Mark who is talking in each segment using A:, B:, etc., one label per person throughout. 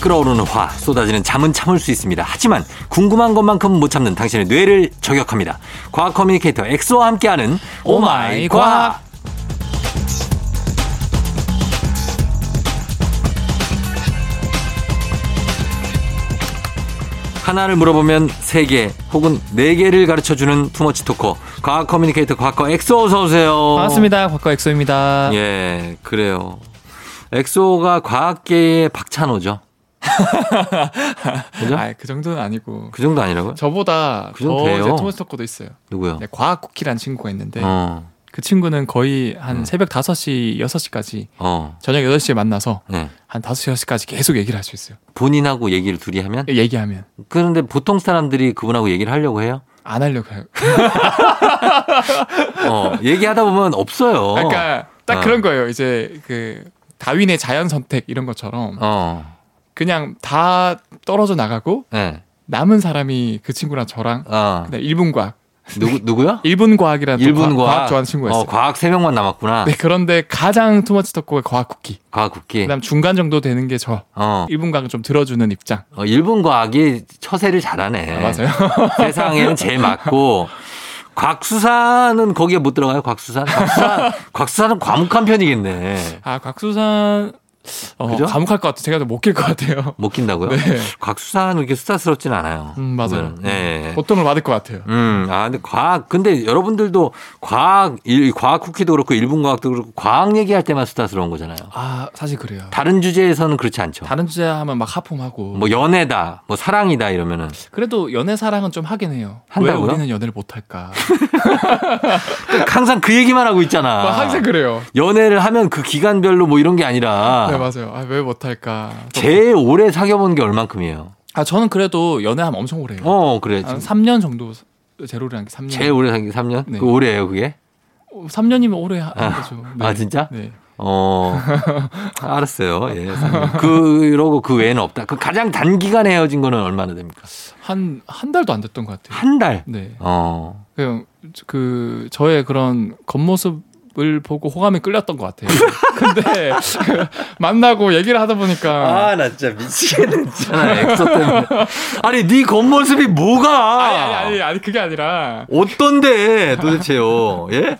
A: 끓어오르는 화, 쏟아지는 잠은 참을 수 있습니다. 하지만 궁금한 것만큼 못 참는 당신의 뇌를 저격합니다. 과학 커뮤니케이터 엑소와 함께하는 오마이 과학. 하나를 물어보면 세 개 혹은 네 개를 가르쳐주는 투머치 토커 과학 커뮤니케이터 과거 엑소 어서 오세요.
B: 반갑습니다. 과거 엑소입니다.
A: 예, 그래요. 엑소가 과학계의 박찬호죠. 그죠?
B: 아, 그 정도는 아니고
A: 그 정도 아니라고요?
B: 저보다
A: 그 정도
B: 더
A: 돼요?
B: 이제 토마스 토커도 있어요.
A: 누구요?
B: 네, 과학 쿠키라는 친구가 있는데
A: 어,
B: 그 친구는 거의 한
A: 음.
B: 새벽 5시, 6시까지
A: 어,
B: 저녁 8시에 만나서
A: 네.
B: 한 5시, 6시까지 계속 얘기를 할 수 있어요.
A: 본인하고 얘기를 둘이 하면?
B: 얘기하면
A: 그런데 보통 사람들이 그분하고 얘기를 하려고 해요?
B: 안 하려고 해요.
A: 어, 얘기하다 보면 없어요.
B: 그러니까 딱
A: 어.
B: 그런 거예요. 이제 그 다윈의 자연 선택 이런 것처럼
A: 어,
B: 그냥 다 떨어져 나가고
A: 예.
B: 남은 사람이 그 친구랑 저랑
A: 어.
B: 그다음 일본 과학,
A: 누구, 누구요?
B: 일본 과학이라는 또
A: 일본
B: 과학, 과학
A: 과학.
B: 좋아하는 친구가 있어요.
A: 어, 과학 세명만 남았구나.
B: 네, 그런데 가장 투머치 덕후가 과학 쿠키.
A: 과학 국기.
B: 그다음 중간 정도 되는 게 저.
A: 예. 어.
B: 일본 과학 좀 들어주는 입장.
A: 어, 일본 과학이 처세를 잘하네.
B: 아, 맞아요.
A: 세상에는 제일 맞고 곽수산은 거기에 못 들어가요. 곽수산. 곽수산 곽수산은 과묵한 편이겠네.
B: 아, 곽수산 어,
A: 그죠?
B: 감옥할 것 같아. 제가 좀못낄것 같아요.
A: 못 낀다고요?
B: 네.
A: 곽수산은 이렇게 수다스럽진 않아요.
B: 음, 맞아요.
A: 보면은. 예.
B: 보통을 받을 것 같아요.
A: 음, 아, 근데 과학, 근데 여러분들도 과학, 일, 과학 쿠키도 그렇고 일본 과학도 그렇고 과학 얘기할 때만 수다스러운 거잖아요.
B: 아, 사실 그래요.
A: 다른 주제에서는 그렇지 않죠.
B: 다른 주제 하면 막 하품하고.
A: 뭐 연애다, 뭐 사랑이다 이러면은.
B: 그래도 연애 사랑은 좀 하긴 해요.
A: 한다고요?
B: 왜 우리는 연애를 못 할까?
A: 항상 그 얘기만 하고 있잖아.
B: 막 항상 그래요.
A: 연애를 하면 그 기간별로 뭐 이런 게 아니라
B: 네, 맞아요. 아, 왜 못 할까?
A: 제일 오래 사귀어 본 게 얼만큼이에요?
B: 아, 저는 그래도 연애하면 엄청 오래 해요.
A: 어, 그래.
B: 한 3년 정도 제로를 한게 3년.
A: 제일 오래 사귄 게 3년?
B: 아, 네.
A: 그 오래예요, 그게?
B: 3년이면 오래 한 거죠.
A: 아, 진짜?
B: 네.
A: 어. 알았어요. 예. 3년. 그러고 그 외에는 없다. 그 가장 단기간에 헤어진 거는 얼마나 됩니까?
B: 한, 한 달도 안 됐던 것 같아요.
A: 한 달.
B: 네.
A: 어.
B: 그냥, 그, 저의 그런 겉모습을 보고 호감이 끌렸던 것 같아요. 근데, 만나고 얘기를 하다 보니까.
A: 아, 나 진짜 미치겠는 잖아 엑소 때문에. 아니, 네 겉모습이 뭐가?
B: 아니, 아니, 아니, 아니, 그게 아니라.
A: 어떤데, 도대체요. 예?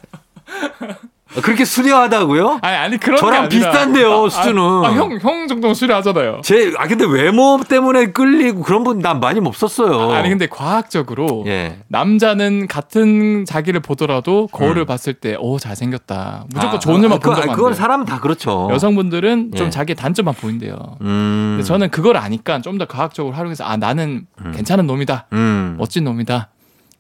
A: 그렇게 수려하다고요?
B: 아니, 아니, 그런 게
A: 저랑
B: 아니라.
A: 비슷한데요,
B: 아, 아,
A: 수준은.
B: 아, 형, 형 정도는 수려하잖아요.
A: 제, 아, 근데 외모 때문에 끌리고 그런 분 난 많이 없었어요.
B: 아니, 근데 과학적으로.
A: 예.
B: 남자는 같은 자기를 보더라도 거울을 봤을 때, 오, 잘생겼다.
A: 음.
B: 무조건
A: 아,
B: 좋은 점만
A: 그,
B: 본다고.
A: 아, 그건 사람 다 그렇죠.
B: 여성분들은
A: 예.
B: 좀 자기 단점만 보인대요.
A: 음.
B: 근데 저는 그걸 아니까 좀 더 과학적으로 활용해서 아 나는 괜찮은 놈이다,
A: 음.
B: 멋진 놈이다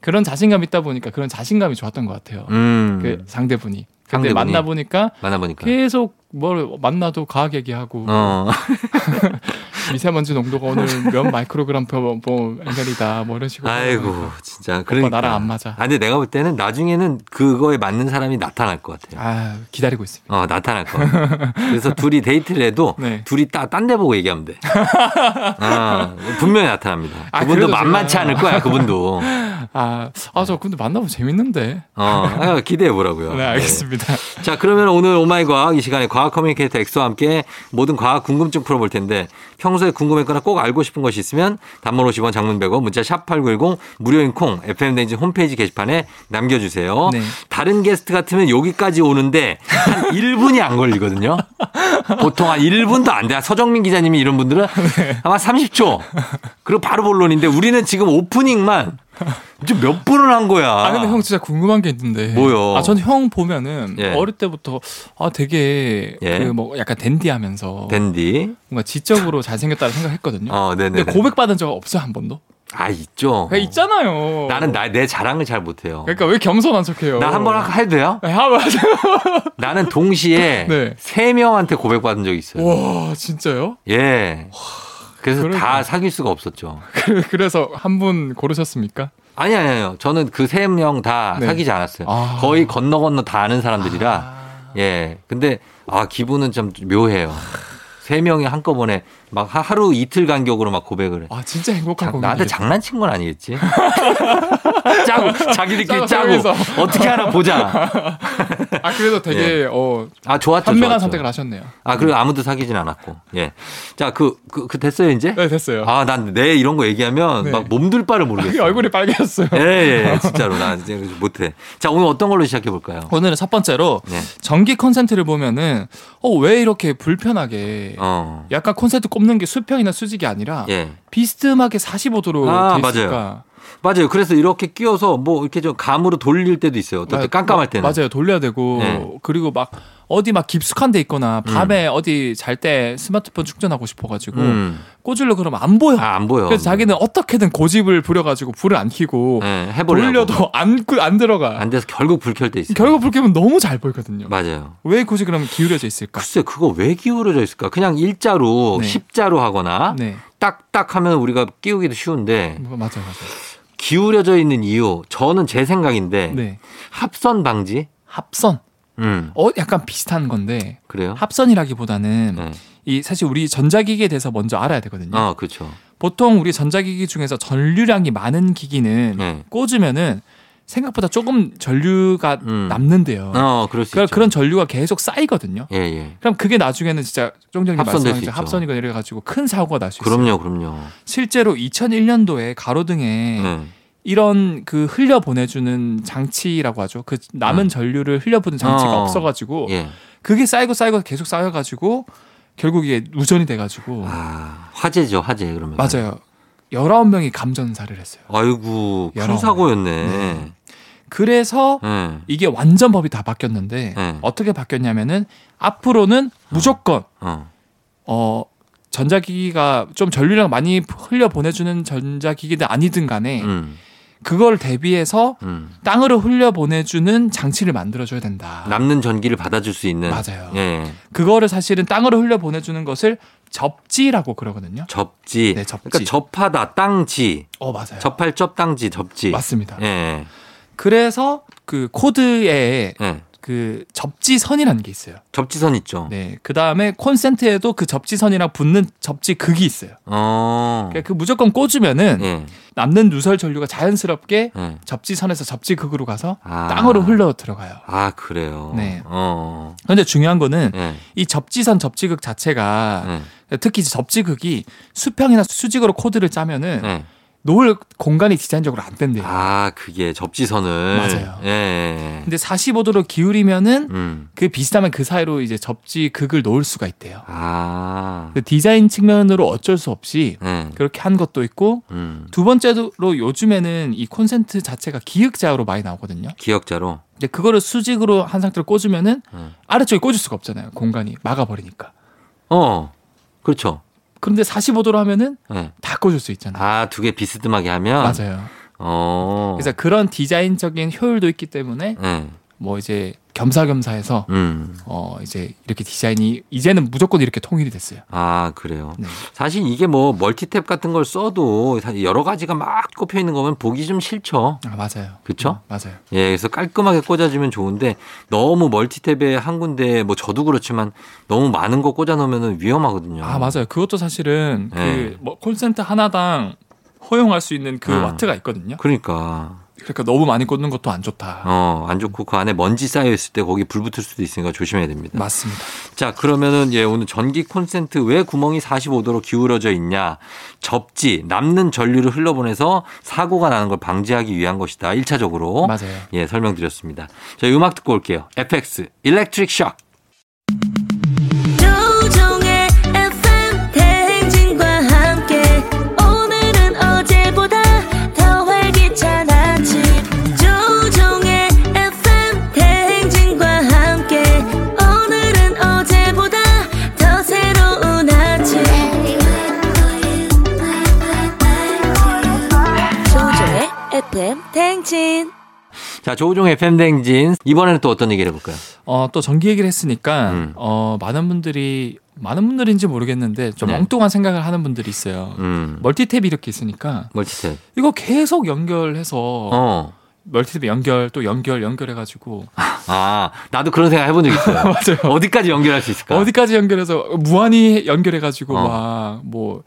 B: 그런 자신감 있다 보니까 그런 자신감이 좋았던 것 같아요.
A: 음.
B: 그 상대분이. 근데
A: 상대분이.
B: 만나 보니까
A: 만나보니까.
B: 계속 뭘 만나도 과학 얘기하고
A: 어.
B: 미세먼지 농도가 오늘 몇 마이크로그램 퍼뭐 엔겔이다 뭐 이런 식으로.
A: 아이고, 진짜. 그러니까.
B: 나랑 안 맞아.
A: 아, 근데 내가 볼 때는 나중에는 그거에 맞는 사람이 나타날 것 같아요.
B: 아 기다리고 있습니다.
A: 어, 나타날 것 같아요. 그래서 둘이 데이트를 해도
B: 네.
A: 둘이 딱 딴 데 보고 얘기하면 돼. 아, 분명히 나타납니다.
B: 아,
A: 그분도
B: 그래도 제가-
A: 만만치 않을 거야, 그분도.
B: 아아
A: 네.
B: 저 근데 만나면 재밌는데.
A: 어, 아, 기대해 보라고요.
B: 네 알겠습니다.
A: 자, 그러면 오늘 오마이 과학 이 시간에 과학 커뮤니케이터 엑소와 함께 모든 과학 궁금증 풀어볼 텐데 평소에 궁금했거나 꼭 알고 싶은 것이 있으면 단문 50원 장문 100원 문자 샵 8910 무료인 콩 FM 댕진 홈페이지 게시판에 남겨주세요.
B: 네.
A: 다른 게스트 같으면 여기까지 오는데 한 1분이 안 걸리거든요. 보통 한 1분도 안 돼. 서정민 기자님이 이런 분들은 아마 30초. 그리고 바로 본론인데 우리는 지금 오프닝만 지금 몇 분을 한 거야.
B: 아 근데 형 진짜 궁금한 게 있는데.
A: 뭐요?
B: 아 저는 형 보면은
A: 예.
B: 어릴 때부터 아 되게
A: 예.
B: 그 뭐 약간 댄디하면서
A: 댄디.
B: 뭔가 지적으로 잘생겼다고 생각했거든요.
A: 어, 네네.
B: 근데 고백 그러니까 받은 적 없어 요한 번도?
A: 아, 있죠.
B: 그냥 있잖아요.
A: 나는 나, 내 자랑을 잘 못해요.
B: 그러니까 왜 겸손한 척해요?
A: 나 한 번 해도 돼요?
B: 네, 한 번.
A: 나는 동시에
B: 네.
A: 세 명한테 고백받은 적이 있어요.
B: 와 진짜요?
A: 예. 그래서
B: 그러니까.
A: 다 사귈 수가 없었죠.
B: 그래- 그래서 한 분 고르셨습니까?
A: 아니, 아니, 아니요. 저는 그 세 명 다
B: 네.
A: 사귀지 않았어요.
B: 아.
A: 거의 아, 건너 건너 다 아는 사람들이라. 예. 근데, 아, 기분은 참 묘해요. 세 명이 한꺼번에 막 하- 하루 이틀 간격으로 막 고백을 해.
B: 아 진짜 행복한
A: 자-
B: 고객.
A: 나한테 장난친 건 아니겠지? 짜고 자기들끼리
B: 짜고
A: 짜고
B: 서면서.
A: 어떻게 하나 보자.
B: 아 그래도 되게 어
A: 아 좋았죠.
B: 현명한
A: 좋았죠.
B: 선택을 하셨네요.
A: 아 그리고 아무도 사귀진 않았고. 예. 자그그 그, 그 됐어요 이제?
B: 네 됐어요. 아,
A: 아 난 내 이런 거 얘기하면
B: 네.
A: 막 몸둘 바를 모르겠어.
B: 얼굴이 빨개졌어요.
A: 예, 예, 예, 진짜로 나 이제 못해. 자 오늘 어떤 걸로 시작해 볼까요?
B: 오늘은 첫 번째로
A: 네.
B: 전기 콘센트를 보면은 어 왜 이렇게 불편하게
A: 어.
B: 약간 콘센트 꼽는 게 수평이나 수직이 아니라
A: 예.
B: 비스듬하게 45도로
A: 아,
B: 돼
A: 맞아요.
B: 있을까?
A: 맞아요. 그래서 이렇게 끼워서 뭐 이렇게 좀 감으로 돌릴 때도 있어요. 어떨 때
B: 맞-
A: 깜깜할 때는.
B: 맞아요 돌려야 되고
A: 네.
B: 그리고 막 어디 막 깊숙한 데 있거나 밤에 어디 잘 때 스마트폰 충전하고 싶어가지고
A: 음.
B: 꽂으려 그러면 안 보여
A: 아, 안 보여.
B: 그래서 자기는 어떻게든 고집을 부려가지고 불을 안 켜고
A: 예, 해보려고.
B: 돌려도 안, 끄- 안 들어가
A: 안 돼서 결국 불 켤 때 있어요.
B: 결국 불 켜면 너무 잘 보이거든요
A: 맞아요.
B: 왜 굳이 그러면 기울여져 있을까
A: 글쎄 그거 왜 기울어져 있을까? 그냥 일자로
B: 네.
A: 십자로 하거나
B: 네
A: 딱딱 하면 우리가 끼우기도 쉬운데
B: 뭐, 맞아요 맞아요
A: 기울어져 있는 이유 저는 제 생각인데
B: 네
A: 합선 방지.
B: 합선
A: 음
B: 어 약간 비슷한 건데
A: 그래요.
B: 합선이라기보다는
A: 네.
B: 이 사실 우리 전자기기에 대해서 먼저 알아야 되거든요
A: 어 그렇죠.
B: 보통 우리 전자기기 중에서 전류량이 많은 기기는
A: 네.
B: 꽂으면은 생각보다 조금 전류가
A: 음.
B: 남는데요.
A: 어 그럴 수
B: 그러,
A: 있죠.
B: 그러니까 그런 전류가 계속 쌓이거든요.
A: 예 예.
B: 그럼 그게 나중에는 진짜 쫑정님
A: 합선될 수
B: 말씀하신
A: 있죠.
B: 합선이거나 이래가지고 큰 사고가 날 수 있어요.
A: 그럼요 그럼요.
B: 실제로 2001년도에 가로등에
A: 네.
B: 이런 그 흘려 보내주는 장치라고 하죠. 그 남은
A: 음.
B: 전류를 흘려 보는 장치가
A: 어.
B: 없어가지고
A: 예.
B: 그게 쌓이고 쌓이고 계속 쌓여가지고 결국 이게 누전이 돼가지고
A: 아 화재죠 화재 그러면.
B: 맞아요. 19명이 감전사를 했어요.
A: 아이고 큰
B: 여러-
A: 사고였네.
B: 그래서
A: 예.
B: 이게 완전 법이 다 바뀌었는데
A: 네.
B: 어떻게 바뀌었냐면은 앞으로는 무조건
A: 어.
B: 어 전자기기가 좀 전류량 많이 흘려 보내주는 전자기기든 아니든 간에
A: 음.
B: 그걸 대비해서
A: 음.
B: 땅으로 흘려 보내주는 장치를 만들어줘야 된다.
A: 남는 전기를 받아줄 수 있는.
B: 맞아요.
A: 예.
B: 그거를 사실은 땅으로 흘려 보내주는 것을 접지라고 그러거든요.
A: 접지.
B: 네, 접지.
A: 그러니까 접하다 땅지.
B: 어 맞아요.
A: 접할 접 땅지 접지.
B: 맞습니다.
A: 예.
B: 그래서 그 코드에
A: 예.
B: 그 접지선이라는 게 있어요.
A: 접지선 있죠.
B: 네, 그 다음에 콘센트에도 그 접지선이랑 붙는 접지극이 있어요.
A: 어.
B: 그러니까 그 무조건 꽂으면은
A: 예.
B: 남는 누설 전류가 자연스럽게
A: 예.
B: 접지선에서 접지극으로 가서
A: 아.
B: 땅으로 흘러 들어가요.
A: 아 그래요.
B: 네.
A: 어.
B: 그런데 중요한 거는
A: 예.
B: 이 접지선 접지극 자체가
A: 예.
B: 특히 이제 접지극이 수평이나 수직으로 코드를 짜면은
A: 예.
B: 놓을 공간이 디자인적으로 안 된대요.
A: 아 그게 접지선을.
B: 네. 맞아요.
A: 예, 예. 예.
B: 근데 45도로 기울이면은
A: 음.
B: 그 비슷하면 그 사이로 이제 접지극을 놓을 수가 있대요.
A: 아.
B: 근데 그 디자인 측면으로 어쩔 수 없이
A: 예.
B: 그렇게 한 것도 있고
A: 음.
B: 두 번째로 요즘에는 이 콘센트 자체가 기역자로 많이 나오거든요.
A: 기억자로.
B: 근데 그거를 수직으로 한 상태로 꽂으면은
A: 음.
B: 아래쪽에 꽂을 수가 없잖아요. 공간이 막아버리니까.
A: 어. 그렇죠.
B: 그런데 45도로 하면은
A: 예.
B: 다 꽂을 수 있잖아요.
A: 아 두 개 비스듬하게 하면.
B: 맞아요.
A: 어.
B: 그래서 그런 디자인적인 효율도 있기 때문에
A: 예.
B: 뭐 이제 겸사겸사해서
A: 음.
B: 어 이제 이렇게 디자인이 이제는 무조건 이렇게 통일이 됐어요.
A: 아 그래요.
B: 네.
A: 사실 이게 뭐 멀티탭 같은 걸 써도 사실 여러 가지가 막 꼽혀 있는 거면 보기 좀 싫죠.
B: 아 맞아요.
A: 그쵸?
B: 음, 맞아요.
A: 예, 그래서 깔끔하게 꽂아주면 좋은데 너무 멀티탭에 한 군데 뭐 저도 그렇지만 너무 많은 거 꽂아놓으면 위험하거든요.
B: 아 맞아요. 그것도 사실은
A: 네.
B: 그뭐 콜센터 하나당 허용할 수 있는 그
A: 음.
B: 와트가 있거든요.
A: 그러니까
B: 그러니까 너무 많이 꽂는 것도 안 좋다.
A: 어안 좋고 그 안에 먼지 쌓여 있을 때 거기 불 붙을 수도 있으니까 조심해야 됩니다.
B: 맞습니다.
A: 자 그러면은 예 오늘 전기 콘센트 왜 구멍이 45도로 기울어져 있냐 접지 남는 전류를 흘러보내서 사고가 나는 걸 방지하기 위한 것이다 1차적으로
B: 맞아요.
A: 예, 설명드렸습니다. 저희 음악 듣고 올게요. FX, Electric Shock.
C: 조종의 FM 대행진과 함께 오늘은 어제보다 더 활기찬 아침 조종의 FM 대행진과 함께 오늘은 어제보다 더 새로운 아침 조종의 FM 대행진
A: 자, 조우종 FM 댕진. 이번에는 또 어떤 얘기를 해볼까요?
B: 어, 또 전기 얘기를 했으니까
A: 음.
B: 어, 많은 분들이 많은 분들인지 모르겠는데 좀
A: 네.
B: 엉뚱한 생각을 하는 분들이 있어요.
A: 음.
B: 멀티탭이 이렇게 있으니까
A: 멀티탭.
B: 이거 계속 연결해서
A: 어.
B: 멀티탭 연결 또 연결 연결해가지고
A: 아, 나도 그런 생각 해본 적 있어요.
B: 맞아요.
A: 어디까지 연결할 수 있을까?
B: 그러니까 어디까지 연결해서 무한히 연결해가지고
A: 어.
B: 막 뭐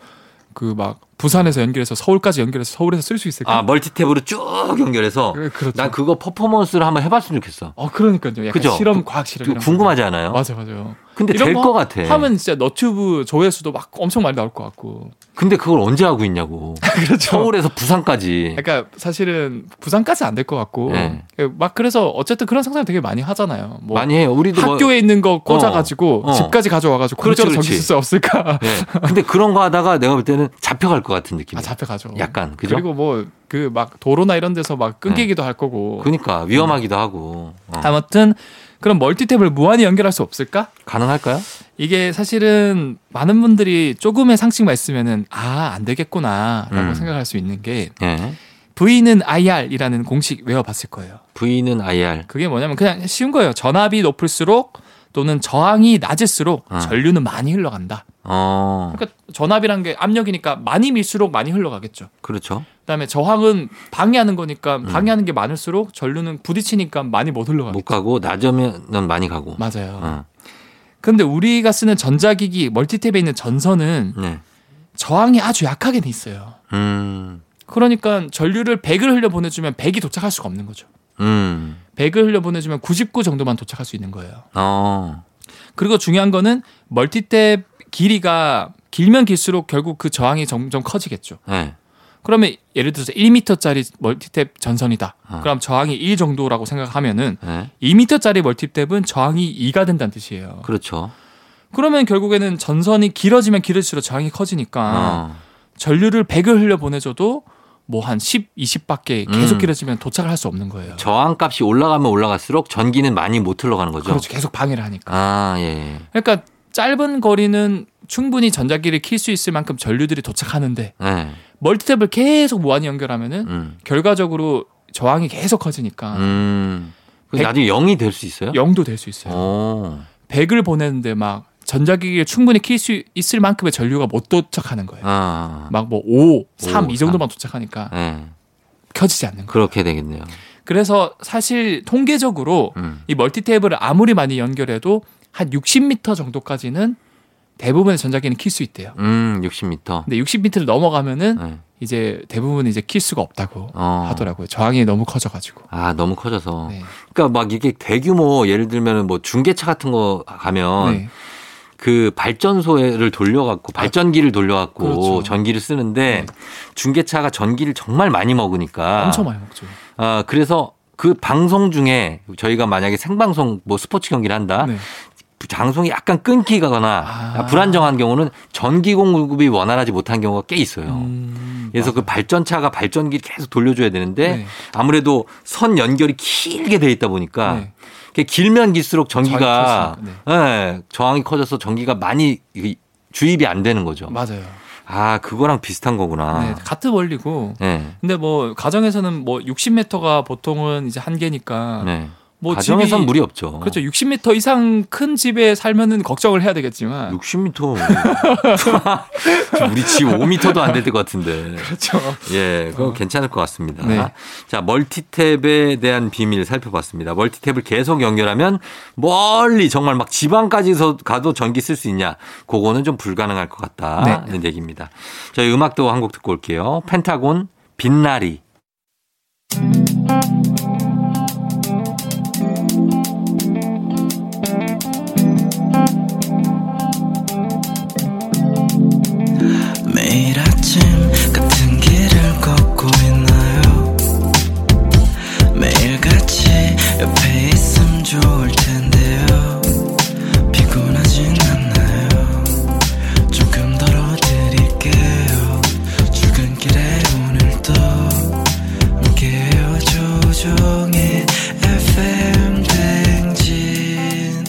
B: 그 막 부산에서 연결해서 서울까지 연결해서 서울에서 쓸 수 있을까?
A: 아, 멀티탭으로 쭉 연결해서
B: 그- 그렇죠.
A: 난 그거 퍼포먼스를 한번 해봤으면 좋겠어.
B: 어 그러니까요. 약간
A: 그죠?
B: 실험 과학 실험
A: 그
B: 이런
A: 궁금하지
B: 거.
A: 않아요?
B: 맞아 맞아요.
A: 근데
B: 이런
A: 될
B: 거
A: 것 같아.
B: 하면 진짜 너튜브 조회수도 막 엄청 많이 나올 것 같고.
A: 근데 그걸 언제 하고 있냐고.
B: 그렇죠.
A: 서울에서 부산까지.
B: 그러니까 사실은 부산까지 안 될 것 같고 예,
A: 네.
B: 막 그래서 어쨌든 그런 상상을 되게 많이 하잖아요. 뭐
A: 많이 해요. 우리도 뭐-
B: 학교에 있는 거 꽂아가지고
A: 어.
B: 집까지 가져와가지고
A: 그렇지,
B: 공짜로
A: 그렇지.
B: 적힐 수 없을까?
A: 예. 근데 그런 거 하다가 내가 볼 때는 잡혀갈 것 같은 느낌.
B: 아 잡혀가죠.
A: 네, 약간 그죠?
B: 그리고 뭐 그 막 도로나 이런 데서 막 끊기기도 할 거고.
A: 그러니까 위험하기도 하고 어.
B: 음. 아무튼 그런 멀티탭을 무한히 연결할 수 없을까?
A: 가능할까요?
B: 이게 사실은 많은 분들이 조금의 상식만 있으면은 아안 되겠구나라고
A: 음.
B: 생각할 수 있는 게
A: 예.
B: V는 IR이라는 공식 외워봤을 거예요.
A: V는 IR.
B: 그게 뭐냐면 그냥 쉬운 거예요. 전압이 높을수록 또는 저항이 낮을수록
A: 어.
B: 전류는 많이 흘러간다.
A: 어,
B: 그러니까 전압이란 게 압력이니까 많이 밀수록 많이 흘러가겠죠.
A: 그렇죠.
B: 그다음에 저항은 방해하는 거니까 방해하는 게 많을수록 전류는 부딪히니까 많이 못 흘러가고.
A: 음. 못 가고 낮으면 많이 가고.
B: 뭐 맞아요.
A: 어.
B: 근데 우리가 쓰는 전자기기 멀티탭에 있는 전선은
A: 네.
B: 저항이 아주 약하게 돼 있어요.
A: 음,
B: 그러니까 전류를 100을 흘려 보내주면 100이 도착할 수가 없는 거죠.
A: 음,
B: 100을 흘려 보내주면 99 정도만 도착할 수 있는 거예요.
A: 어,
B: 그리고 중요한 거는 멀티탭 길이가 길면 길수록 결국 그 저항이 점점 커지겠죠.
A: 네.
B: 그러면 예를 들어서 1m짜리 멀티탭 전선이다.
A: 어.
B: 그럼 저항이 1 정도라고 생각하면은
A: 네.
B: 2m짜리 멀티탭은 저항이 2가 된다는 뜻이에요.
A: 그렇죠.
B: 그러면 결국에는 전선이 길어지면 길어질수록 저항이 커지니까
A: 어.
B: 전류를 100을 흘려 보내줘도 뭐 한 10, 20밖에 계속
A: 음.
B: 길어지면 도착을 할 수 없는 거예요.
A: 저항값이 올라가면 올라갈수록 전기는 많이 못 흘러가는 거죠.
B: 그렇죠. 계속 방해를 하니까.
A: 아, 예.
B: 그러니까 짧은 거리는 충분히 전자기를 킬 수 있을 만큼 전류들이 도착하는데
A: 네.
B: 멀티탭을 계속 무한히 연결하면은
A: 음.
B: 결과적으로 저항이 계속 커지니까
A: 음.
B: 백-
A: 그럼 나중에 0이 될 수 있어요?
B: 0도 될 수 있어요.
A: 어.
B: 100을 보내는데 막 전자기기를 충분히 킬 수 있을 만큼의 전류가 못 도착하는 거예요.
A: 아.
B: 막 뭐 5, 3
A: 오,
B: 이 정도만 도착하니까
A: 네.
B: 켜지지 않는 거예요.
A: 그렇게 되겠네요.
B: 그래서 사실 통계적으로
A: 음.
B: 이 멀티탭을 아무리 많이 연결해도 한 60m 정도까지는 대부분의 전자기기는 킬 수 있대요.
A: 음, 60m.
B: 근데 60m를 넘어가면은
A: 네.
B: 이제 대부분 이제 킬 수가 없다고
A: 어.
B: 하더라고요. 저항이 너무 커져가지고.
A: 아, 너무 커져서.
B: 네.
A: 그러니까 막 이게 대규모 예를 들면 뭐 중계차 같은 거 가면
B: 네.
A: 그 발전소를 돌려갖고 발전기를 돌려갖고
B: 아, 그렇죠.
A: 전기를 쓰는데
B: 네.
A: 중계차가 전기를 정말 많이 먹으니까
B: 엄청 많이 먹죠.
A: 아, 그래서 그 방송 중에 저희가 만약에 생방송 뭐 스포츠 경기를 한다.
B: 네.
A: 방송이 약간 끊기거나
B: 아.
A: 불안정한 경우는 전기 공급이 원활하지 못한 경우가 꽤 있어요.
B: 음,
A: 그래서 그 발전차가 발전기를 계속 돌려줘야 되는데
B: 네.
A: 아무래도 선 연결이 길게 돼 있다 보니까
B: 네.
A: 이렇게 길면 길수록 전기가
B: 저항이 네.
A: 예, 저항이 커져서 전기가 많이 이- 주입이 안 되는 거죠.
B: 맞아요.
A: 아 그거랑 비슷한 거구나.
B: 네, 같은 원리고.
A: 네.
B: 근데 뭐 가정에서는 뭐 60m가 보통은 이제 한계니까
A: 네.
B: 뭐
A: 가정에선
B: 집이-
A: 무리 없죠.
B: 그렇죠. 60m 이상 큰 집에 살면은 걱정을 해야 되겠지만
A: 60m. 우리 집 5m도 안 될 것 같은데.
B: 그렇죠.
A: 예, 그거 괜찮을 것 같습니다.
B: 네.
A: 자, 멀티탭에 대한 비밀 살펴봤습니다. 멀티탭을 계속 연결하면 멀리 정말 막 지방까지서 가도 전기 쓸 수 있냐? 그거는 좀 불가능할 것
B: 네.
A: 같다는 얘기입니다. 저희 음악도 한 곡 듣고 올게요. 펜타곤 빛나리.
D: 매일 아침 같은 길을 걷고 있나요 매일 같이 옆에 있음 좋을 텐데요 피곤하진 않나요 조금 덜어드릴게요 출근길에 오늘도 함께해요 조종의 FM 댕진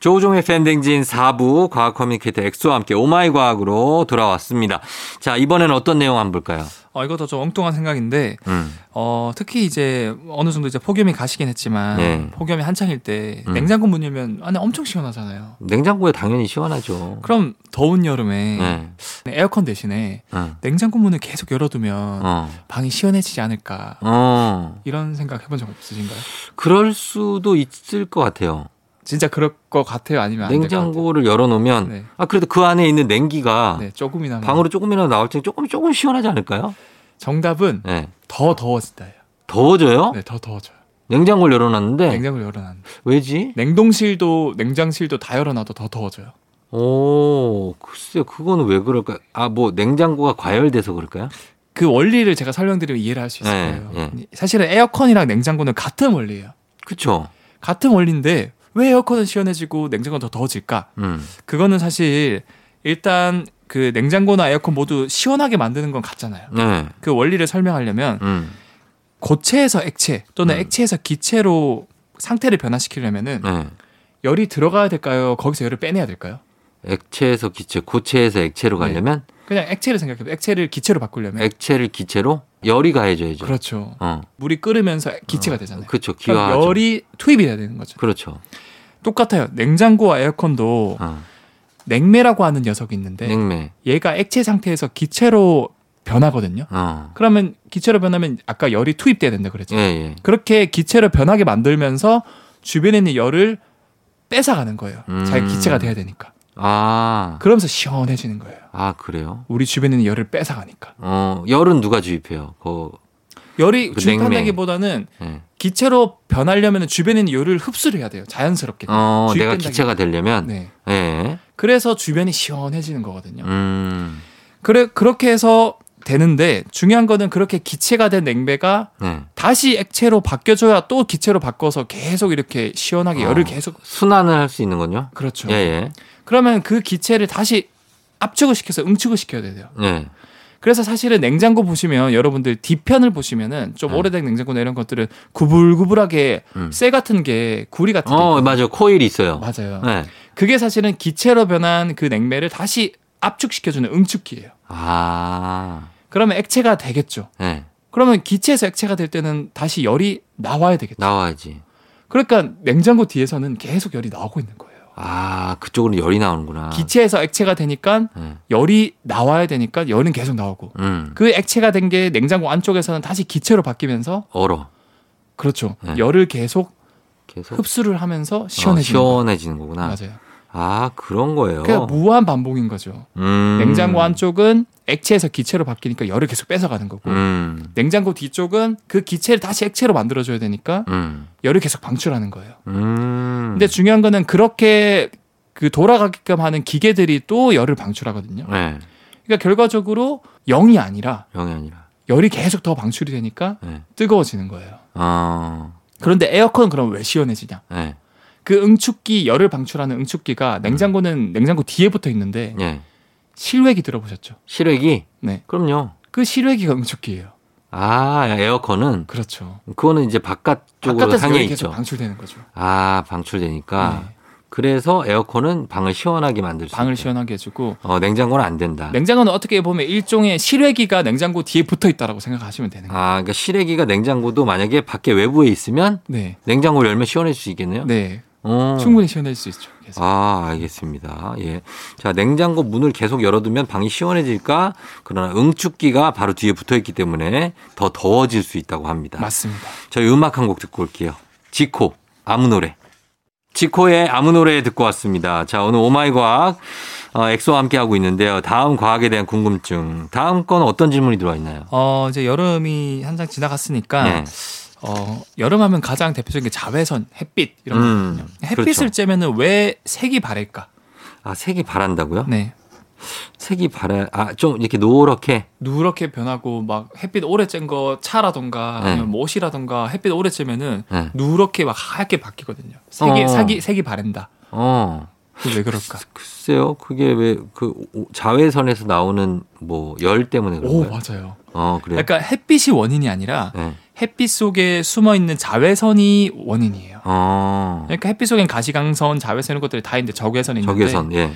A: 조우종의 팬댕진 4부 과학 커뮤니케이터 엑소와 함께 오마이 과학으로 돌아왔습니다. 자, 이번엔 어떤 내용 한번 볼까요?
B: 어, 이것도 좀 엉뚱한 생각인데
A: 음.
B: 어, 특히 이제 어느 정도 이제 폭염이 가시긴 했지만
A: 네.
B: 폭염이 한창일 때
A: 음.
B: 냉장고 문 열면 안에 엄청 시원하잖아요.
A: 냉장고에 당연히 시원하죠.
B: 그럼 더운 여름에
A: 네.
B: 에어컨 대신에
A: 응.
B: 냉장고 문을 계속 열어두면
A: 어.
B: 방이 시원해지지 않을까
A: 어.
B: 이런 생각 해본 적 없으신가요?
A: 그럴 수도 있을 것 같아요.
B: 진짜 그럴 것 같아요 아니면 안될것
A: 냉장고를 열어놓으면
B: 네.
A: 아 그래도 그 안에 있는 냉기가
B: 같아요? 네, 조금이나마
A: 방으로 조금이라도 나올 때 조금 조금 시원하지 않을까요?
B: 정답은
A: 네. 어?
B: 더 더워진다예요.
A: 더워져요?
B: 네, 더 더워져요.
A: 냉장고를 열어놨는데
B: 냉장고를 열어놨는데
A: 왜지?
B: 냉동실도 냉장실도 다 열어놔도 더 더워져요.
A: 오 글쎄 그거는 왜 그럴까? 아 뭐 냉장고가 과열돼서 그럴까요?
B: 그 원리를 제가 설명드리면 이해를 할 수 있을
A: 네,
B: 거예요. 사실은 에어컨이랑 냉장고는 같은 원리예요.
A: 그쵸?
B: 같은 원리인데 왜 에어컨은 시원해지고 냉장고는 더 더워질까?
A: 음.
B: 그거는 사실 일단 그 냉장고나 에어컨 모두 시원하게 만드는 건 같잖아요.
A: 네.
B: 그 원리를 설명하려면
A: 음.
B: 고체에서 액체 또는
A: 음.
B: 액체에서 기체로 상태를 변화시키려면은
A: 네.
B: 열이 들어가야 될까요? 거기서 열을 빼내야 될까요?
A: 액체에서 기체, 고체에서 액체로
B: 네.
A: 가려면
B: 그냥 액체를 생각해요. 액체를 기체로 바꾸려면
A: 액체를 기체로 열이 가해져야죠.
B: 네. 그렇죠.
A: 어.
B: 물이 끓으면서 기체가 되잖아요.
A: 그렇죠.
B: 그러
A: 기화.
B: 열이 투입이 돼야 되는 거죠.
A: 그렇죠.
B: 똑같아요. 냉장고와 에어컨도
A: 어.
B: 냉매라고 하는 녀석이 있는데
A: 냉매.
B: 얘가 액체 상태에서 기체로 변하거든요.
A: 어.
B: 그러면 기체로 변하면 아까 열이 투입돼야 된다
A: 예,
B: 그랬죠.
A: 예.
B: 그렇게 기체로 변하게 만들면서 주변에 있는 열을 뺏어가는 거예요.
A: 음.
B: 자기 기체가 돼야 되니까.
A: 아,
B: 그러면서 시원해지는 거예요.
A: 아, 그래요?
B: 우리 주변에 있는 열을 뺏어가니까.
A: 어, 열은 누가 주입해요? 그,
B: 열이
A: 그
B: 주입한다기보다는
A: 예.
B: 기체로 변하려면 주변에 있는 열을 흡수를 해야 돼요. 자연스럽게.
A: 어, 내가
B: 주입된다기-
A: 기체가 되려면,
B: 네.
A: 예.
B: 그래서 주변이 시원해지는 거거든요.
A: 음,
B: 그래 그렇게 해서 되는데 중요한 거는 그렇게 기체가 된 냉매가
A: 네.
B: 다시 액체로 바뀌어줘야 또 기체로 바꿔서 계속 이렇게 시원하게
A: 어.
B: 열을 계속
A: 순환을 할 수 있는군요.
B: 그렇죠.
A: 예, 예.
B: 그러면 그 기체를 다시 압축을 시켜서 응축을 시켜야 돼요.
A: 예.
B: 그래서 사실은 냉장고 보시면 여러분들 뒤편을 보시면은 좀
A: 네.
B: 오래된 냉장고나 이런 것들은 구불구불하게
A: 음.
B: 쇠 같은 게 구리 같은 게
A: 어, 맞아. 코일이 있어요.
B: 그렇죠. 맞아요.
A: 예.
B: 그게 사실은 기체로 변한 그 냉매를 다시 압축시켜주는 응축기예요.
A: 아,
B: 그러면 액체가 되겠죠.
A: 예.
B: 그러면 기체에서 액체가 될 때는 다시 열이 나와야 되겠죠.
A: 나와야지.
B: 그러니까 냉장고 뒤에서는 계속 열이 나오고 있는 거예요.
A: 아, 그쪽으로 열이 나오는구나.
B: 기체에서 액체가 되니까
A: 예.
B: 열이 나와야 되니까 열은 계속 나오고
A: 음,
B: 그 액체가 된 게 냉장고 안쪽에서는 다시 기체로 바뀌면서
A: 얼어.
B: 그렇죠.
A: 네.
B: 열을 계속
A: 계속
B: 흡수를 하면서 시원해지는
A: 어,
B: 거예요.
A: 시원해지는 거구나.
B: 맞아요.
A: 아, 그런 거예요.
B: 그러니까 무한 반복인 거죠.
A: 음.
B: 냉장고 안쪽은 액체에서 기체로 바뀌니까 열을 계속 뺏어가는 거고
A: 음.
B: 냉장고 뒤쪽은 그 기체를 다시 액체로 만들어줘야 되니까
A: 음.
B: 열을 계속 방출하는 거예요.
A: 음.
B: 근데 중요한 거는 그렇게 그 돌아가게끔 하는 기계들이 또 열을 방출하거든요.
A: 네.
B: 그러니까 결과적으로 0이 아니라
A: 영이 아니라.
B: 열이 계속 더 방출이 되니까
A: 네.
B: 뜨거워지는 거예요.
A: 어.
B: 그런데 에어컨은 그럼 왜 시원해지냐?
A: 네.
B: 그 응축기 열을 방출하는 응축기가 냉장고는 냉장고 뒤에 붙어 있는데
A: 예.
B: 실외기 들어보셨죠?
A: 실외기?
B: 네.
A: 그럼요.
B: 그 실외기가 응축기예요.
A: 아, 에어컨은
B: 그렇죠.
A: 그거는 이제 바깥쪽으로
B: 바깥에서
A: 상해
B: 열이 계속
A: 있죠.
B: 방출되는 거죠.
A: 아, 방출되니까.
B: 네.
A: 그래서 에어컨은 방을 시원하게 만들 수
B: 방을
A: 있게.
B: 시원하게 해주고
A: 어, 냉장고는 안 된다.
B: 냉장고는 어떻게 보면 일종의 실외기가 냉장고 뒤에 붙어 있다라고 생각하시면 되는 거예요.
A: 아, 그러니까 실외기가 냉장고도 만약에 밖에 외부에 있으면
B: 네,
A: 냉장고를 열면 시원해질 수 있겠네요.
B: 네,
A: 어.
B: 충분히 시원해질 수 있죠. 계속.
A: 아, 알겠습니다. 예. 자, 냉장고 문을 계속 열어두면 방이 시원해질까? 그러나 응축기가 바로 뒤에 붙어 있기 때문에 더 더워질 수 있다고 합니다.
B: 맞습니다.
A: 저희 음악 한 곡 듣고 올게요. 지코, 아무 노래. 지코의 아무 노래 듣고 왔습니다. 자, 오늘 오마이 과학, 어, 엑소와 함께하고 있는데요. 다음 과학에 대한 궁금증. 다음 건 어떤 질문이 들어와 있나요?
B: 어 이제 여름이 한창 지나갔으니까
A: 네.
B: 어 여름하면 가장 대표적인 게 자외선, 햇빛 이런
A: 음,
B: 거거든요. 햇빛을
A: 그렇죠.
B: 쬐면은 왜 색이 바랄까?
A: 아, 색이 바란다고요?
B: 네,
A: 색이 바라, 아, 좀 이렇게 노랗게.
B: 누렇게 변하고 막 햇빛 오래 쬐은 거 차라던가
A: 네.
B: 아니면 뭐 옷이라던가 햇빛 오래 쬐면은
A: 네.
B: 누렇게 막 하얗게 바뀌거든요. 색이
A: 어.
B: 색이 색이 바랜다.
A: 어.
B: 그게 왜 그럴까?
A: 글쎄요, 그게 왜 그 자외선에서 나오는 뭐 열 때문에
B: 오
A: 그런가요?
B: 맞아요.
A: 어 그래요.
B: 약간 햇빛이 원인이 아니라
A: 네.
B: 햇빛 속에 숨어 있는 자외선이 원인이에요.
A: 어.
B: 그러니까 햇빛 속엔 가시광선, 자외선 이런 것들이 다 있는데 적외선이 있는데
A: 적외선. 예.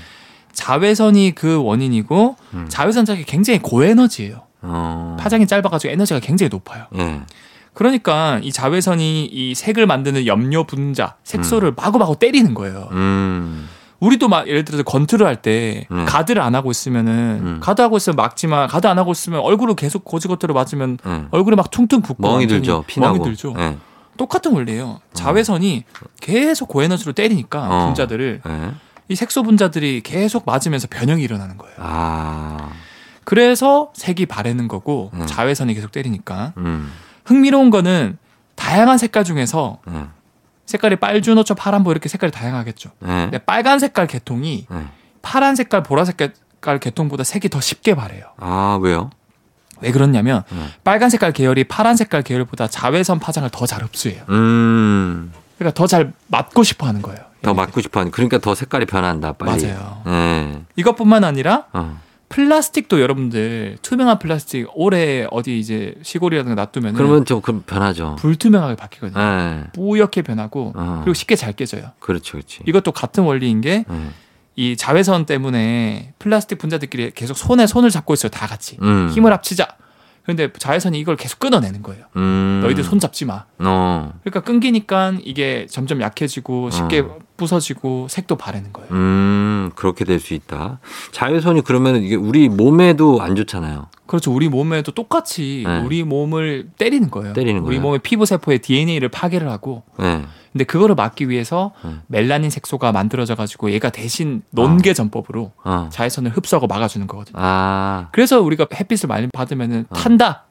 B: 자외선이 그 원인이고
A: 음.
B: 자외선 자체가 굉장히 고에너지예요.
A: 어.
B: 파장이 짧아가지고 에너지가 굉장히 높아요.
A: 예.
B: 그러니까 이 자외선이 이 색을 만드는 염료 분자, 색소를 마구마구 때리는 거예요.
A: 음.
B: 우리도 막 예를 들어서 건투를 할 때
A: 음.
B: 가드를 안 하고 있으면은
A: 음.
B: 가드 하고 있으면 막지만 가드 안 하고 있으면 얼굴을 계속 고지고대로 맞으면
A: 음.
B: 얼굴에 막 퉁퉁 붓고
A: 멍이
B: 완전히
A: 들죠. 피나고.
B: 멍이 들죠.
A: 예. 음.
B: 똑같은 원리예요. 자외선이 계속 고에너지로 때리니까
A: 어.
B: 분자들을
A: 예.
B: 이 색소 분자들이 계속 맞으면서 변형이 일어나는 거예요.
A: 아.
B: 그래서 색이 바래는 거고
A: 음.
B: 자외선이 계속 때리니까
A: 음.
B: 흥미로운 거는 다양한 색깔 중에서
A: 예.
B: 색깔이 빨주노초 파란보 이렇게 색깔이 다양하겠죠.
A: 예.
B: 근데 빨간 색깔 계통이
A: 예.
B: 파란 색깔 보라색 깔 계통보다 색이 더 쉽게 바래요.
A: 아, 왜요?
B: 왜 그렇냐면
A: 음.
B: 빨간 색깔 계열이 파란 색깔 계열보다 자외선 파장을 더 잘 흡수해요.
A: 음.
B: 그러니까 더 잘 맞고 싶어 하는 거예요.
A: 더 맞고 싶어 하는. 그러니까 더 색깔이 변한다, 빨리.
B: 네. 맞아요.
A: 예.
B: 이것뿐만 아니라
A: 어.
B: 플라스틱도 여러분들 투명한 플라스틱 오래 어디 이제 시골이라든가 놔두면
A: 그러면 좀 그럼 변하죠.
B: 불투명하게 바뀌거든요.
A: 예.
B: 뿌옇게 변하고
A: 어.
B: 그리고 쉽게 잘 깨져요.
A: 그렇죠, 그렇지.
B: 이것도 같은 원리인 게 이
A: 예.
B: 자외선 때문에 플라스틱 분자들끼리 계속 손에 손을 잡고 있어요. 다 같이.
A: 음.
B: 힘을 합치자. 그런데 자외선이 이걸 계속 끊어내는 거예요.
A: 음.
B: 너희들 손 잡지 마.
A: 어.
B: 그러니까 끊기니까 이게 점점 약해지고 쉽게
A: 음.
B: 부서지고 색도 바르는 거예요.
A: 음, 그렇게 될 수 있다. 자외선이 그러면 이게 우리 몸에도 안 좋잖아요.
B: 그렇죠. 우리 몸에도 똑같이
A: 네.
B: 우리 몸을 때리는 거예요.
A: 때리는
B: 우리
A: 거예요.
B: 몸의 피부 세포의 DNA를 파괴를 하고
A: 예.
B: 근데 그거를 막기 위해서
A: 음.
B: 멜라닌 색소가 만들어져 가지고 얘가 대신
A: 아.
B: 논개 전법으로
A: 어.
B: 자외선을 흡수하고 막아주는 거거든요.
A: 아,
B: 그래서 우리가 햇빛을 많이 받으면
A: 어.
B: 탄다라는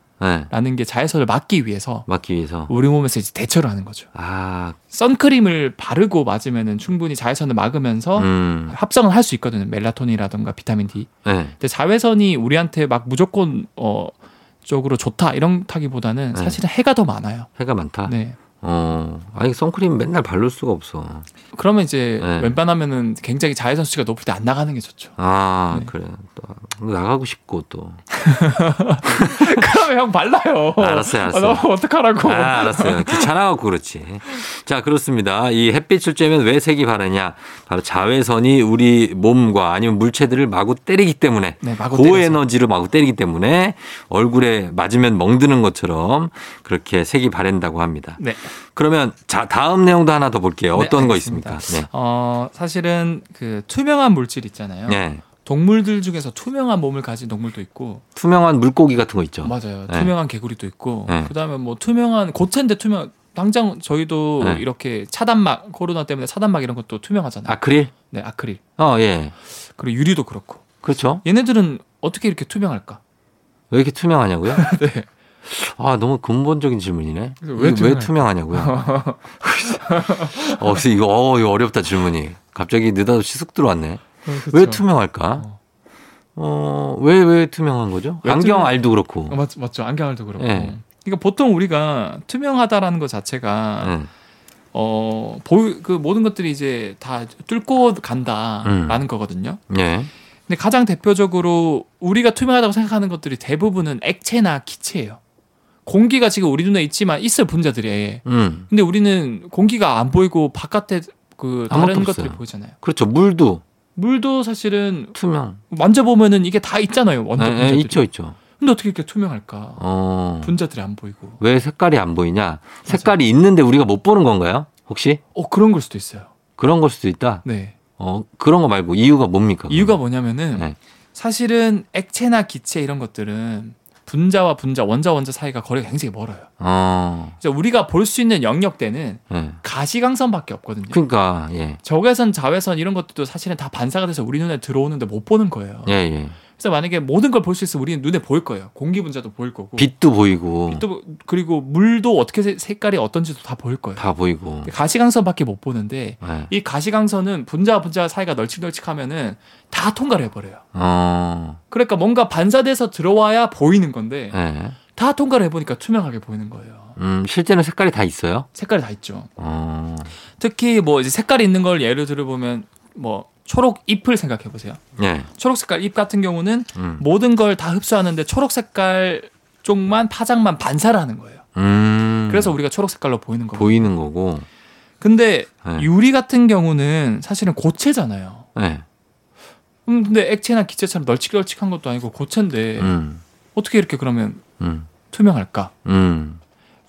A: 예.
B: 게 자외선을 막기 위해서
A: 막기 위해서.
B: 우리 몸에서 이제 대처를 하는 거죠.
A: 아,
B: 선크림을 바르고 맞으면 충분히 자외선을 막으면서
A: 음.
B: 합성을 할 수 있거든요. 멜라토닌이라던가 비타민 D.
A: 예.
B: 근데 자외선이 우리한테 막 무조건 어 쪽으로 좋다 이런 타기보다는
A: 네.
B: 사실은 해가 더 많아요.
A: 해가 많다.
B: 네.
A: 어. 아니 선크림 맨날 바를 수가 없어.
B: 그러면 이제
A: 네.
B: 웬만하면은 굉장히 자외선 수치가 높을 때 안 나가는 게 좋죠.
A: 아,
B: 네.
A: 그래. 또 나가고 싶고 또.
B: 그러면 형 발라요.
A: 알았어요, 알았어요.
B: 아, 너 어떡하라고.
A: 아, 알았어요. 귀찮아갖고 그렇지. 자, 그렇습니다. 이 햇빛을 쬐면 왜 색이 바르냐? 바로 자외선이 우리 몸과 아니면 물체들을 마구 때리기 때문에
B: 네, 마구 때려서.
A: 고에너지로 마구 때리기 때문에 얼굴에 맞으면 멍드는 것처럼 그렇게 색이 바랜다고 합니다.
B: 네.
A: 그러면 자, 다음 내용도 하나 더 볼게요.
B: 네,
A: 어떤 거
B: 알겠습니다.
A: 있습니까? 네.
B: 어, 사실은 그 투명한 물질 있잖아요.
A: 네.
B: 동물들 중에서 투명한 몸을 가진 동물도 있고
A: 투명한 물고기 같은 거 있죠.
B: 맞아요.
A: 네.
B: 투명한 개구리도 있고
A: 네.
B: 그다음에 뭐 투명한 고체인데 투명 당장 저희도
A: 네.
B: 이렇게 차단막 코로나 때문에 차단막 이런 것도 투명하잖아요.
A: 아크릴?
B: 네, 아크릴.
A: 어, 예.
B: 그리고 유리도 그렇고.
A: 그렇죠.
B: 얘네들은 어떻게 이렇게 투명할까?
A: 왜 이렇게 투명하냐고요?
B: 네.
A: 아, 너무 근본적인 질문이네.
B: 왜
A: 왜, 왜
B: 투명해?
A: 투명하냐고요? 어, 글쎄, 이거, 어, 이거 어렵다, 질문이. 갑자기 느닷없이 쑥 들어왔네. 왜 투명할까?
B: 어.
A: 어, 왜, 왜 투명한 거죠?
B: 왜
A: 안경
B: 투명-
A: 알도 그렇고.
B: 어, 맞, 맞죠. 안경알도 그렇고.
A: 네.
B: 그러니까 보통 우리가 투명하다라는 것 자체가
A: 응.
B: 어, 보이 그 모든 것들이 이제 다 뚫고 간다라는 거거든요.
A: 예.
B: 근데 가장 대표적으로 우리가 투명하다고 생각하는 것들이 대부분은 액체나 기체예요. 공기가 지금 우리 눈에 있지만 있을 분자들이.
A: 음.
B: 근데 우리는 공기가 안 보이고 바깥에 그
A: 아무것도
B: 다른
A: 없어요.
B: 것들이 보이잖아요.
A: 그렇죠. 물도
B: 물도 사실은
A: 투명.
B: 만져보면은 이게 다 있잖아요. 원자
A: 예, 예,
B: 분자들이.
A: 있죠, 있죠.
B: 근데 어떻게 이렇게 투명할까?
A: 어.
B: 분자들이 안 보이고.
A: 왜 색깔이 안 보이냐? 색깔이 있는데 우리가 못 보는 건가요? 혹시?
B: 어 그런 걸 수도 있어요.
A: 그런 걸 수도 있다?
B: 네.
A: 어, 그런 거 말고 이유가 뭡니까?
B: 이유가 뭐냐면은
A: 네.
B: 사실은 액체나 기체 이런 것들은 분자와 분자, 원자 원자 사이가 거리가 굉장히 멀어요.
A: 어.
B: 그래서 우리가 볼 수 있는 영역대는
A: 예.
B: 가시광선밖에 없거든요.
A: 그러니까, 예.
B: 적외선, 자외선 이런 것들도 사실은 다 반사가 돼서 우리 눈에 들어오는데 못 보는 거예요.
A: 예, 예.
B: 그래서 만약에 모든 걸 볼 수 있으면 우리는 눈에 보일 거예요. 공기 분자도 보일 거고.
A: 빛도 보이고
B: 또 그리고 물도 어떻게 세- 색깔이 어떤지도 다 보일 거예요.
A: 다 보이고.
B: 가시광선밖에 못 보는데
A: 예.
B: 이 가시광선은 분자와 분자 사이가 널찍널찍하면은 다 통과를 해버려요.
A: 어.
B: 그러니까 뭔가 반사돼서 들어와야 보이는 건데
A: 예.
B: 다 통과를 해보니까 투명하게 보이는 거예요.
A: 음, 실제는 색깔이 다 있어요?
B: 색깔이 다 있죠.
A: 어.
B: 특히 뭐 이제 색깔이 있는 걸 예를 들어보면 뭐 초록 잎을 생각해 보세요.
A: 예.
B: 초록 색깔 잎 같은 경우는
A: 음.
B: 모든 걸 다 흡수하는데 초록 색깔 쪽만 파장만 반사를 하는 거예요.
A: 음.
B: 그래서 우리가 초록색깔로 보이는 거예요.
A: 보이는 거고.
B: 근데
A: 네.
B: 유리 같은 경우는 사실은 고체잖아요.
A: 네.
B: 음, 근데 액체나 기체처럼 널찍널찍한 것도 아니고 고체인데
A: 음.
B: 어떻게 이렇게 그러면
A: 음.
B: 투명할까?
A: 음.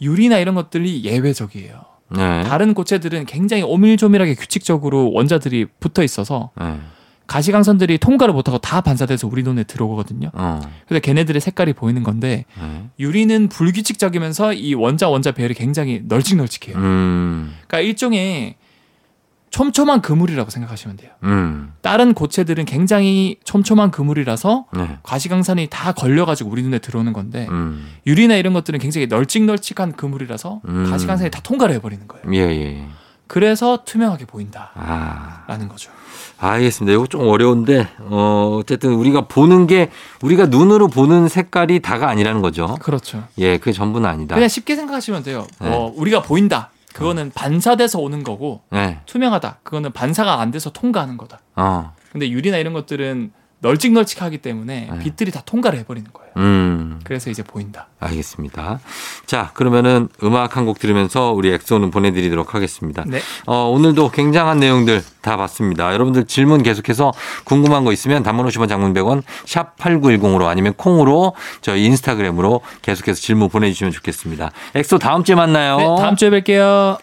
B: 유리나 이런 것들이 예외적이에요.
A: 네.
B: 다른 고체들은 굉장히 오밀조밀하게 규칙적으로 원자들이 붙어 있어서
A: 네.
B: 가시광선들이 통과를 못하고 다 반사돼서 우리 눈에 들어오거든요.
A: 어.
B: 그래서 걔네들의 색깔이 보이는 건데
A: 네.
B: 유리는 불규칙적이면서 이 원자 원자 배열이 굉장히 널찍널찍해요.
A: 음.
B: 그러니까 일종의 촘촘한 그물이라고 생각하시면 돼요.
A: 음.
B: 다른 고체들은 굉장히 촘촘한 그물이라서
A: 네.
B: 가시광선이 다 걸려가지고 우리 눈에 들어오는 건데
A: 음.
B: 유리나 이런 것들은 굉장히 널찍널찍한 그물이라서
A: 음.
B: 가시광선이 다 통과를 해버리는 거예요.
A: 예, 예. 예.
B: 그래서 투명하게 보인다라는
A: 아.
B: 거죠.
A: 알겠습니다. 이거 좀 어려운데, 어, 어쨌든 우리가 보는 게, 우리가 눈으로 보는 색깔이 다가 아니라는 거죠.
B: 그렇죠.
A: 예, 그게 전부는 아니다.
B: 그냥 쉽게 생각하시면 돼요.
A: 네.
B: 어, 우리가 보인다. 그거는 반사돼서 오는 거고
A: 예,
B: 투명하다. 그거는 반사가 안 돼서 통과하는 거다.
A: 어,
B: 근데 유리나 이런 것들은 널찍널찍하기 때문에
A: 네.
B: 빛들이 다 통과를 해버리는 거예요.
A: 음,
B: 그래서 이제 보인다.
A: 알겠습니다. 자, 그러면은 음악 한 곡 들으면서 우리 엑소는 보내드리도록 하겠습니다.
B: 네.
A: 어, 오늘도 굉장한 내용들 다 봤습니다. 여러분들 질문 계속해서 궁금한 거 있으면 단문 50원 장문 100원 샵 8910으로 아니면 콩으로 저희 인스타그램으로 계속해서 질문 보내주시면 좋겠습니다. 엑소 다음 주에 만나요.
B: 네, 다음 주에 뵐게요.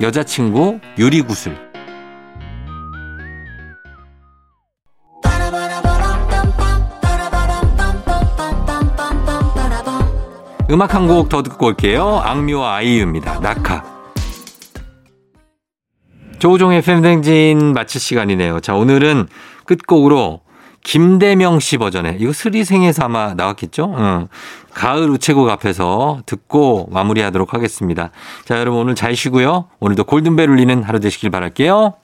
A: 여자친구 유리구슬. 음악 한 곡 더 듣고 올게요. 악뮤와 아이유입니다. 낙하. 조우종의 팬댕진 마칠 시간이네요. 자, 오늘은 끝곡으로 김대명 씨 버전의 이거 스리생에서 아마 나왔겠죠? 어. 응. 가을 우체국 앞에서 듣고 마무리하도록 하겠습니다. 자, 여러분 오늘 잘 쉬고요. 오늘도 골든벨 울리는 하루 되시길 바랄게요.